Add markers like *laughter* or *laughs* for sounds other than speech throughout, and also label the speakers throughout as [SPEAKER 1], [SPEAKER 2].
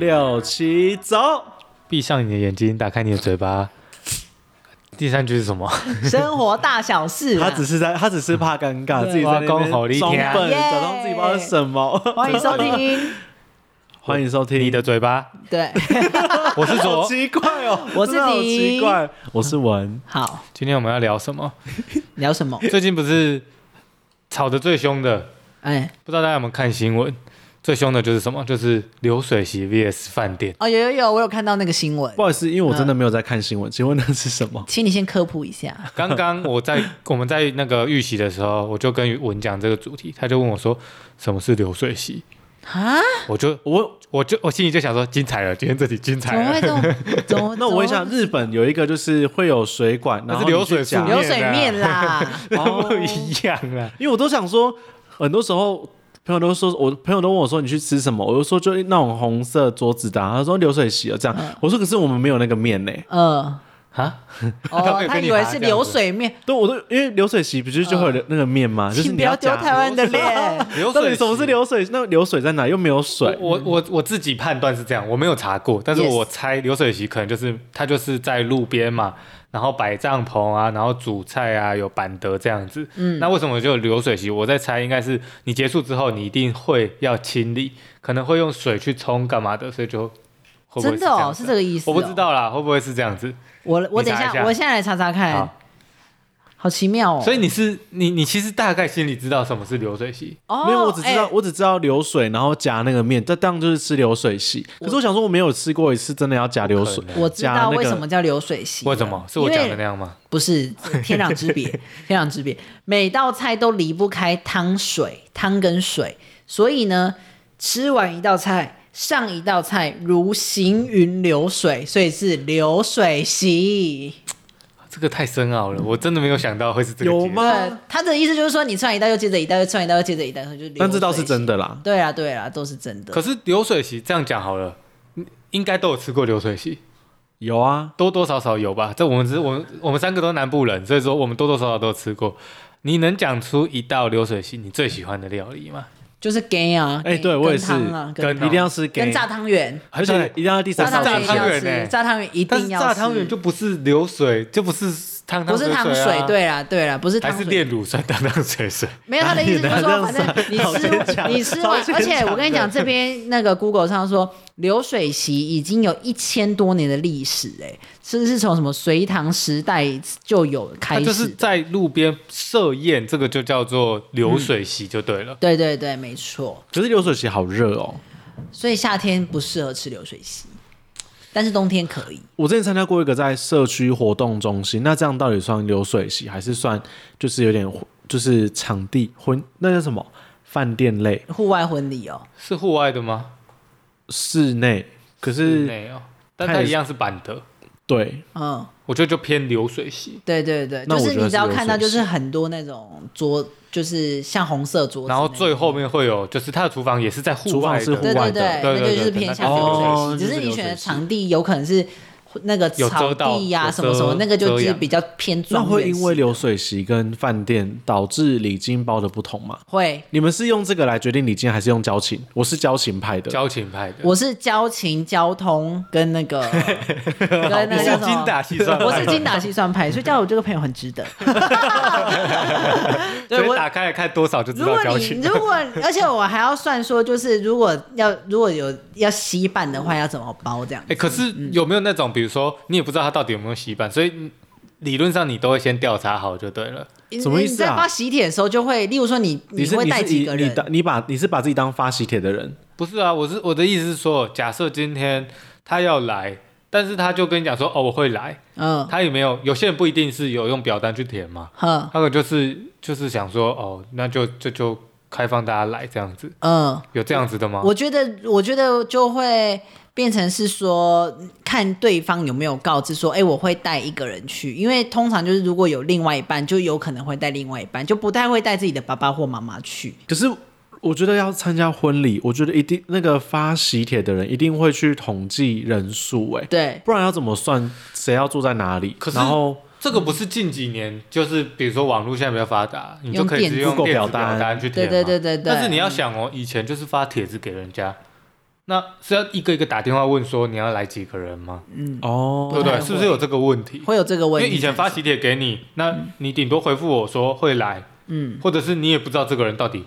[SPEAKER 1] 右起走。
[SPEAKER 2] 闭上你的眼睛，打开你的嘴巴。第三句是什么？
[SPEAKER 3] *laughs* 生活大小事、啊
[SPEAKER 1] 他。只是在，他只是怕尴尬，自己在那
[SPEAKER 2] 我要
[SPEAKER 1] 边
[SPEAKER 2] 讲好你
[SPEAKER 1] 装
[SPEAKER 2] 听
[SPEAKER 1] 笨，
[SPEAKER 3] 耶
[SPEAKER 1] 假装自己不知道是什么。
[SPEAKER 3] 欢迎收听，
[SPEAKER 1] *laughs* 欢迎收听
[SPEAKER 2] 你的，嘴巴，
[SPEAKER 3] 对，
[SPEAKER 2] 我是
[SPEAKER 1] 好
[SPEAKER 2] 左。
[SPEAKER 1] 奇怪哦，
[SPEAKER 3] 我是
[SPEAKER 1] 真的好
[SPEAKER 3] 你
[SPEAKER 1] 奇怪，我是文，
[SPEAKER 3] 好
[SPEAKER 2] 今天我们要聊什么？
[SPEAKER 3] 聊什么？
[SPEAKER 2] 最近不是吵得最凶的，
[SPEAKER 3] 哎，
[SPEAKER 2] 不知道大家有没有看新闻？最凶的就是什么？就是流水席 VS 饭店。
[SPEAKER 3] 哦，有有有，我有看到那个新闻
[SPEAKER 1] 不，好意思，因为我真的没有在看新闻，请问那是什么？
[SPEAKER 3] 请你先科普一下。
[SPEAKER 2] 刚刚我在我们在那个预习的时候，我就跟文讲这个主题，他就问我说什么是流水席，
[SPEAKER 3] 啊？
[SPEAKER 2] 我就
[SPEAKER 1] 我
[SPEAKER 2] 我就我心里就想说精彩了，今天这里精
[SPEAKER 3] *laughs* 怎
[SPEAKER 2] 彩
[SPEAKER 3] 么
[SPEAKER 2] 了
[SPEAKER 3] 会。这种？怎么？
[SPEAKER 1] 那我问一下，
[SPEAKER 3] 怎么
[SPEAKER 1] 日本有一个就是会有水管，然
[SPEAKER 2] 那
[SPEAKER 1] 后你
[SPEAKER 2] 是
[SPEAKER 1] 去
[SPEAKER 2] 流水
[SPEAKER 1] 夹
[SPEAKER 2] 树
[SPEAKER 1] *laughs*
[SPEAKER 3] 流水面啦，
[SPEAKER 2] 不一 *laughs* 样啊，
[SPEAKER 1] 因为我都想说，很多时候朋友都说，我朋友都问我说你去吃什么，我就说就那种红色桌子的啊、他说流水席啊这样，我说可是我们没有那个面呢、
[SPEAKER 3] 嗯，
[SPEAKER 2] 啊，
[SPEAKER 3] *laughs* 哦，他以为是流水面，
[SPEAKER 1] 对，我都因为流水席不是就会有那个面吗？就是
[SPEAKER 3] 请
[SPEAKER 1] 你
[SPEAKER 3] 不要丢
[SPEAKER 1] 夹
[SPEAKER 3] 台湾的脸。
[SPEAKER 2] 流
[SPEAKER 1] 到
[SPEAKER 2] 水
[SPEAKER 1] 底什么是
[SPEAKER 2] 席
[SPEAKER 1] 流水？那流水在哪？又没有水，
[SPEAKER 2] 我我我自己判断是这样，我没有查过，但是
[SPEAKER 3] Yes
[SPEAKER 2] 我猜流水席可能就是它就是在路边嘛，然后摆帐篷啊，然后煮菜啊，有板德这样子。嗯，那为什么就有流水席？我在猜应该是你结束之后，你一定会要清理，可能会用水去冲干嘛的，所以就会不会
[SPEAKER 3] 真的哦，
[SPEAKER 2] 是这样子啊
[SPEAKER 3] 是这个意思。
[SPEAKER 2] 我不知，道啦，会不会是这样子？
[SPEAKER 3] 我我
[SPEAKER 2] 你
[SPEAKER 3] 等
[SPEAKER 2] 查
[SPEAKER 3] 一
[SPEAKER 2] 一下
[SPEAKER 3] 下，我现在来查查看
[SPEAKER 2] 好，，
[SPEAKER 3] 好奇妙哎哦。
[SPEAKER 2] 所以你是你你其实大概心里知道什么是流水席，
[SPEAKER 3] 哦
[SPEAKER 1] 没有，我只知道
[SPEAKER 3] 哎
[SPEAKER 1] 我只知道流水，然后夹那个面，这当然就是吃流水席。可是我想说，我没有吃过一次真的要夹流水
[SPEAKER 2] 不可，
[SPEAKER 3] 哎我知
[SPEAKER 1] 夹
[SPEAKER 3] 道
[SPEAKER 1] 那个
[SPEAKER 3] 为什么叫流水席了，啊
[SPEAKER 2] 为什么？是我
[SPEAKER 3] 因为
[SPEAKER 2] 讲的那样吗？
[SPEAKER 3] 不是呃天壤之别，天壤之别。每道菜都离不开汤水，汤跟水，所以呢，吃完一道菜，上一道菜如行云流水，所以是流水席。
[SPEAKER 2] 这个太深奥了，我真的没有想到会是这个
[SPEAKER 1] 有
[SPEAKER 2] 结论
[SPEAKER 1] 吗
[SPEAKER 3] 对，呃他的意思就是说，你吃完一道又接着一道，又吃完一道又接着一道，所以就流水席
[SPEAKER 1] 但这倒是真。的啦。
[SPEAKER 3] 对啊，对啊，都是真的
[SPEAKER 2] 可。是流水席这样讲好了，应该都有吃过流水席，
[SPEAKER 1] 有啊，
[SPEAKER 2] 多多少少有吧？这我们只是我们我们三个都南部人，所以说我们多多少少都吃过。你能讲出一道流水席你最喜欢的料理吗？
[SPEAKER 3] 就是 gay 啊，
[SPEAKER 1] 哎
[SPEAKER 3] 跟
[SPEAKER 1] 对我也
[SPEAKER 3] 跟汤啊
[SPEAKER 1] 是
[SPEAKER 3] 跟
[SPEAKER 2] 跟
[SPEAKER 1] 一定要吃
[SPEAKER 3] 跟
[SPEAKER 1] 给，
[SPEAKER 3] 炸汤圆，
[SPEAKER 1] 而且一定要第三道
[SPEAKER 3] 炸
[SPEAKER 2] 炸
[SPEAKER 3] 汤
[SPEAKER 1] 菜
[SPEAKER 3] 圆
[SPEAKER 2] 汤
[SPEAKER 3] 一定
[SPEAKER 2] 圆
[SPEAKER 3] 要
[SPEAKER 2] 欸
[SPEAKER 3] 吃，炸汤圆一
[SPEAKER 2] 但是
[SPEAKER 3] 定要吃。
[SPEAKER 2] 炸汤圆就不是流水，就不是汤汤
[SPEAKER 3] 不
[SPEAKER 2] 水
[SPEAKER 3] 是
[SPEAKER 2] 水、啊、
[SPEAKER 3] 糖水，对啦，对啦，不是
[SPEAKER 2] 还
[SPEAKER 3] 糖
[SPEAKER 2] 是
[SPEAKER 3] 水。
[SPEAKER 2] 炼乳酸汤汤水水。
[SPEAKER 3] 没有他的意思就是说，反正你
[SPEAKER 1] 好牵强
[SPEAKER 3] 吃你吃
[SPEAKER 1] 好
[SPEAKER 3] 完
[SPEAKER 1] 牵，强
[SPEAKER 3] 而且我跟你讲，这边那个 Google 上说流水席已经有一千多年的历史、欸，哎，甚至是从什么隋唐时代就有
[SPEAKER 2] 它
[SPEAKER 3] 开始。
[SPEAKER 2] 就是在路边设宴，这个就叫做流水席就对了。
[SPEAKER 3] 对对对，没错。
[SPEAKER 1] 可是流水席好热哦。
[SPEAKER 3] 所以夏天不适合吃流水席，但是冬天可以。
[SPEAKER 1] 我之前参加过一个在社区活动中心，那这样到底算流水席，还是算就是有点就是场地婚那叫什么饭店类
[SPEAKER 3] 户外婚礼哦，
[SPEAKER 2] 是户外的吗？
[SPEAKER 1] 室内？可是
[SPEAKER 2] 没有，但
[SPEAKER 1] 它
[SPEAKER 2] 它
[SPEAKER 1] 也
[SPEAKER 2] 一
[SPEAKER 1] 是
[SPEAKER 2] 样是板的，
[SPEAKER 1] 对，
[SPEAKER 3] 嗯，
[SPEAKER 2] 我觉得就偏流水席。
[SPEAKER 3] 对对对，
[SPEAKER 1] 那
[SPEAKER 3] 就
[SPEAKER 1] 我
[SPEAKER 3] 是
[SPEAKER 1] 觉得
[SPEAKER 3] 你只要
[SPEAKER 1] 是流
[SPEAKER 3] 看到
[SPEAKER 1] 水
[SPEAKER 3] 就
[SPEAKER 1] 席
[SPEAKER 3] 是很多那种桌，就是像红色桌子那
[SPEAKER 2] 然
[SPEAKER 3] 种，
[SPEAKER 2] 后最后面会有，就是他的厨房也是在户
[SPEAKER 1] 厨房
[SPEAKER 2] 外的，
[SPEAKER 1] 是户
[SPEAKER 3] 对
[SPEAKER 1] 外
[SPEAKER 3] 对
[SPEAKER 1] 的
[SPEAKER 2] 对对
[SPEAKER 3] 那就
[SPEAKER 2] 对
[SPEAKER 3] 是
[SPEAKER 2] 对
[SPEAKER 3] 偏向
[SPEAKER 1] 那就是流水
[SPEAKER 3] 流水席，只
[SPEAKER 1] 席
[SPEAKER 3] 是
[SPEAKER 1] 哦就
[SPEAKER 3] 你选
[SPEAKER 1] 是流水
[SPEAKER 3] 的
[SPEAKER 1] 席
[SPEAKER 3] 场地有可能是那个
[SPEAKER 2] 有
[SPEAKER 3] 草
[SPEAKER 2] 遮到
[SPEAKER 3] 地呀、
[SPEAKER 2] 有
[SPEAKER 3] 什么什么
[SPEAKER 2] 遮，
[SPEAKER 3] 那个就
[SPEAKER 2] 遮
[SPEAKER 3] 是
[SPEAKER 2] 阳
[SPEAKER 3] 比较偏
[SPEAKER 1] 那
[SPEAKER 3] 庄园
[SPEAKER 1] 会
[SPEAKER 3] 式
[SPEAKER 1] 因为流水席跟饭店导致礼金包的不同吗？
[SPEAKER 3] 会，
[SPEAKER 1] 你们是用这个来决定礼金，还是用交情？我是交情派的，
[SPEAKER 2] 交情派的。
[SPEAKER 3] 我是交情、交通跟那个跟那
[SPEAKER 2] 你
[SPEAKER 3] 个
[SPEAKER 2] 是
[SPEAKER 3] 叫什
[SPEAKER 2] 精
[SPEAKER 3] 么。
[SPEAKER 2] 打细算派的，
[SPEAKER 3] 我是精打细算派，所以叫我这个朋友很值得。 *laughs*
[SPEAKER 2] 所
[SPEAKER 3] 对
[SPEAKER 2] 以
[SPEAKER 3] 我，
[SPEAKER 2] 打开来看多少就知
[SPEAKER 3] 如果
[SPEAKER 2] 道交
[SPEAKER 3] 你
[SPEAKER 2] 情。
[SPEAKER 3] 如果，而且我还要算说，就是如果要如果有要稀办的话，要怎么包这样
[SPEAKER 2] 哎，？可是有没有那种，比如说你也不知道他到底有没有洗版，所以理论上你都会先调查好就对了。
[SPEAKER 3] 你
[SPEAKER 1] 什么意
[SPEAKER 3] 你
[SPEAKER 1] 思
[SPEAKER 3] 在
[SPEAKER 1] 啊
[SPEAKER 3] 发喜帖的时候，就会，例如说你
[SPEAKER 1] 你是
[SPEAKER 3] 会
[SPEAKER 1] 你
[SPEAKER 3] 带
[SPEAKER 1] 是
[SPEAKER 3] 几
[SPEAKER 1] 以
[SPEAKER 3] 个
[SPEAKER 1] 你
[SPEAKER 3] 人？
[SPEAKER 1] 的你把你是把自己当发喜帖的人，
[SPEAKER 2] 不是啊，我是我的意思是说，假设今天他要来，但是他就跟你讲说哦我会来，
[SPEAKER 3] 嗯，
[SPEAKER 2] 他也没有，有些人不一定是有用表单去填嘛，
[SPEAKER 3] 哼，
[SPEAKER 2] 他可能就是就是想说哦那就就就开放大家来这样子，
[SPEAKER 3] 嗯，
[SPEAKER 2] 有这样子的吗？
[SPEAKER 3] 我觉得，我觉得就会变成是说，看对方有没有告知说，哎、我会带一个人去，因为通常就是如果有另外一半，就有可能会带另外一半，就不太会带自己的爸爸或妈妈去。
[SPEAKER 1] 可是我觉得要参加婚礼，我觉得一定那个发喜帖的人一定会去统计人数，哎，
[SPEAKER 3] 对，
[SPEAKER 1] 不然要怎么算谁要住在哪里？
[SPEAKER 2] 可是
[SPEAKER 1] 然后
[SPEAKER 2] 这个不是近几年，就是比如说网络现在比较发达，你就可以直接用
[SPEAKER 1] 用电子
[SPEAKER 2] 电
[SPEAKER 1] 表
[SPEAKER 2] 子
[SPEAKER 1] 单
[SPEAKER 2] 表单去填
[SPEAKER 3] 对
[SPEAKER 2] 嘛。
[SPEAKER 3] 对对对对。
[SPEAKER 2] 但是你要想哦，以前就是发帖子给人家，那是要一个一个打电话问说你要来几个人吗？
[SPEAKER 1] 哦
[SPEAKER 2] 嗯对不啊
[SPEAKER 3] 不太
[SPEAKER 2] 对？
[SPEAKER 3] 会
[SPEAKER 2] 是不是有这个问题？
[SPEAKER 3] 会有这个
[SPEAKER 2] 因
[SPEAKER 3] 问
[SPEAKER 2] 为
[SPEAKER 3] 题。
[SPEAKER 2] 以前发喜帖给你，那你顶多回复我说会来，
[SPEAKER 3] 嗯，
[SPEAKER 2] 或者是你也不知道这个人到底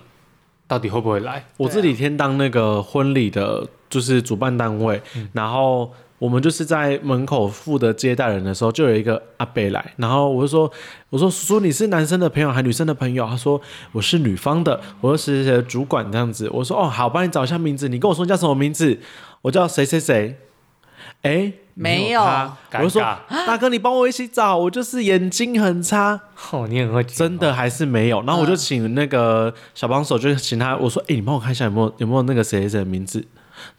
[SPEAKER 2] 到底会不会来。
[SPEAKER 1] 我这几天当那个婚礼的，就是主办单位，
[SPEAKER 2] 嗯
[SPEAKER 1] 然后我们就是在门口负责接待人的时候，就有一个阿伯来，然后我就说，我说叔叔你是男生的朋友还是女生的朋友？他说我是女方的，我是谁谁谁的主管这样子。我说哦好，帮你找一下名字，你跟我说你叫什么名字？我叫谁谁谁。哎，
[SPEAKER 3] 没有
[SPEAKER 1] 他我
[SPEAKER 2] 尴
[SPEAKER 1] 就说
[SPEAKER 2] 尬
[SPEAKER 1] 大哥，你帮我一起找，我就是眼睛很差，
[SPEAKER 2] 哦，你很会讲
[SPEAKER 1] 真的还是没有。然后我就请那个小帮手，就请他，我说：“哎、你帮我看一下有没有有没有那个谁谁谁的名字。”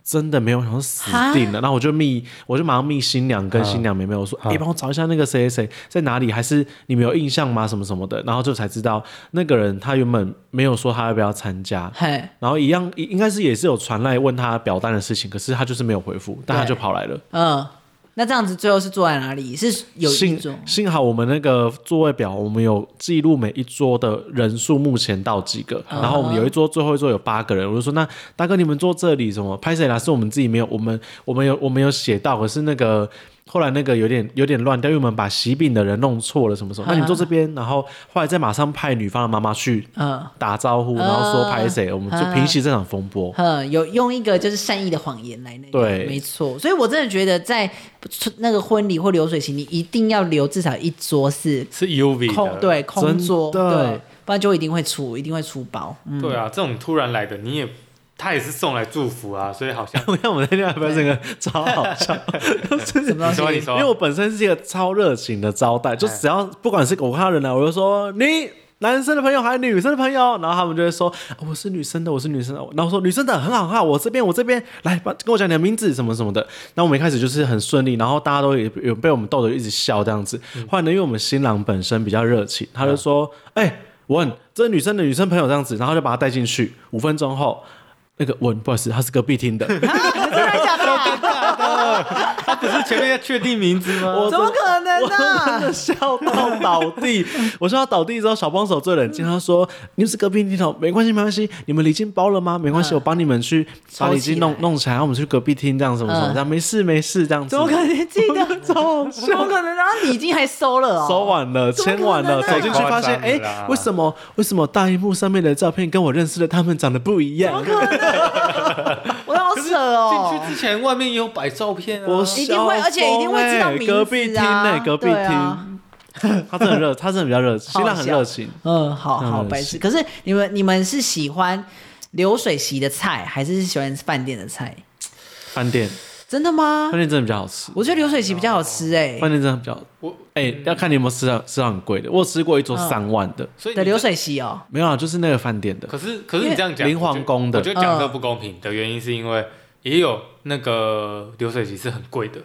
[SPEAKER 1] 真的没有，我想说死定了。然后我就密，我就马上密新娘跟新娘妹妹，我说：“哎、帮我找一下那个谁谁谁在哪里，还是你们有印象吗？什么什么的。”然后就才知道那个人他原本没有说他要不要参加，
[SPEAKER 3] 嘿，
[SPEAKER 1] 然后一样应该是也是有传来问他表单的事情，可是他就是没有回复，但他就跑来了。
[SPEAKER 3] 嗯，那这样子最后是坐在哪里？是有一
[SPEAKER 1] 幸
[SPEAKER 3] 种
[SPEAKER 1] 幸好我们那个座位表，我们有记录每一桌的人数目前到几个，
[SPEAKER 3] 嗯
[SPEAKER 1] 然后我们有一桌最后一桌有八个人，我就说那大哥你们坐这里什么拍谁啦？是我们自己没有，我们我们有我们有写到，可是那个。后来那个有点有点乱掉，因为我们把喜饼的人弄错了什么
[SPEAKER 3] 嗯
[SPEAKER 1] 什么。那你们坐这边，然后后来再马上派女方的妈妈去
[SPEAKER 3] 嗯
[SPEAKER 1] 打招呼，然后说拍谁，我们就平息这场风波。
[SPEAKER 3] 嗯，有用一个就是善意的谎言来那个，
[SPEAKER 1] 对
[SPEAKER 3] 没错。所以我真的觉得在那个婚礼或流水席，你一定要留至少一桌是
[SPEAKER 2] 是 UV
[SPEAKER 3] 空
[SPEAKER 2] 的，
[SPEAKER 3] 对空桌，
[SPEAKER 1] 呃真的
[SPEAKER 3] 对，不然就一定会出，一定会出包。嗯
[SPEAKER 2] 对啊，这种突然来的，你也他也是送来祝福啊，所以好像
[SPEAKER 1] 我看我们那天表整个超好笑，
[SPEAKER 3] *laughs*
[SPEAKER 2] 你说你
[SPEAKER 3] 什么东西？哎
[SPEAKER 2] 说，
[SPEAKER 1] 因为我本身是一个超热情的招待，就只要不管是我看到人来，我就说你男生的朋友还是女生的朋友，然后他们就会说啊我是女生的，我是女生的，然后我说女生的很好很好，我这边我这边来把跟我讲你的名字什么什么的。那我们一开始就是很顺利，然后大家都也有被我们逗得一直笑这样子。
[SPEAKER 3] 嗯
[SPEAKER 1] 后来呢，因为我们新郎本身比较热情，他就说哎、文，这是女生的女生朋友这样子，然后就把她带进去。五分钟后，那个文不好意思，他是隔壁厅的，
[SPEAKER 3] 真的假的？
[SPEAKER 2] 哦他不是前面要确定名字吗？
[SPEAKER 1] 我
[SPEAKER 3] 怎么可能啊
[SPEAKER 1] 我真
[SPEAKER 3] 呢？
[SPEAKER 1] 的笑到倒
[SPEAKER 3] *laughs*
[SPEAKER 1] 地。我笑到倒地之后，小帮手最冷静，他说：“你是隔壁厅哦，没关系，没关系，你们礼金包了吗？没关系，我帮你们去把礼金弄
[SPEAKER 3] 嗯抽起来
[SPEAKER 1] 弄起来，然后我们去隔壁厅这样什么什么
[SPEAKER 3] 嗯
[SPEAKER 1] 这样，没事没事这样子。”
[SPEAKER 3] *laughs* 怎么可能记得？怎么可能？然后你已经还收了哦，
[SPEAKER 1] 收完了，
[SPEAKER 3] 怎么
[SPEAKER 1] 签完了，
[SPEAKER 3] 可能
[SPEAKER 1] 走进
[SPEAKER 3] 啊
[SPEAKER 1] 去发现，
[SPEAKER 2] 太夸
[SPEAKER 1] 哎
[SPEAKER 2] 张了啦，
[SPEAKER 1] 为什么为什么大荧幕上面的照片跟我认识的他们长得不一样？
[SPEAKER 3] 我好扯哦。
[SPEAKER 2] 进去之前，外面也有摆照片啊。
[SPEAKER 1] 我
[SPEAKER 3] 一定会
[SPEAKER 1] 笑
[SPEAKER 3] 而且一定会知道
[SPEAKER 1] 疯欸
[SPEAKER 3] 名字啊
[SPEAKER 1] 隔壁厅呢，隔壁
[SPEAKER 3] 对 *laughs* 啊
[SPEAKER 1] 厅，他真的热，他真的比较热情，新
[SPEAKER 3] 好
[SPEAKER 1] 浪很
[SPEAKER 3] 笑
[SPEAKER 1] 热情。
[SPEAKER 3] 嗯，好好
[SPEAKER 1] 嗯
[SPEAKER 3] 白痴。可是你们你们是喜欢流水席的菜，还是喜欢饭店的菜？
[SPEAKER 1] 饭店，
[SPEAKER 3] 真的吗
[SPEAKER 1] 饭？店真的比较好吃。
[SPEAKER 3] 我觉得流水席比较好吃哎、
[SPEAKER 1] 饭店真的比较，
[SPEAKER 2] 我
[SPEAKER 1] 哎、要看你有没有吃到吃到很贵的。我有吃过一桌三万的，
[SPEAKER 2] 所以
[SPEAKER 3] 的
[SPEAKER 2] 你这
[SPEAKER 3] 流，水席哦、
[SPEAKER 1] 没有啊，就是那个饭店的。
[SPEAKER 2] 可是可是你这样讲，
[SPEAKER 1] 因为
[SPEAKER 2] 我觉
[SPEAKER 1] 明皇宫的
[SPEAKER 2] 我觉得讲这不公平的原因是因为也有那个流水席是很贵的，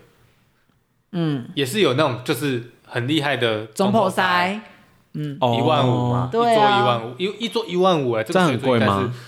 [SPEAKER 3] 嗯，
[SPEAKER 2] 也是有那种就是很厉害的
[SPEAKER 3] 中破
[SPEAKER 2] 塞，
[SPEAKER 3] 塞，嗯，
[SPEAKER 1] 哦
[SPEAKER 2] 一万五嘛，一桌
[SPEAKER 3] 对
[SPEAKER 2] 一
[SPEAKER 3] 啊
[SPEAKER 2] 万五，一一桌一万五哎，这
[SPEAKER 1] 这
[SPEAKER 2] 个
[SPEAKER 1] 样
[SPEAKER 2] 水
[SPEAKER 1] 很
[SPEAKER 2] 准
[SPEAKER 1] 贵
[SPEAKER 2] 应该
[SPEAKER 1] 吗
[SPEAKER 2] 是。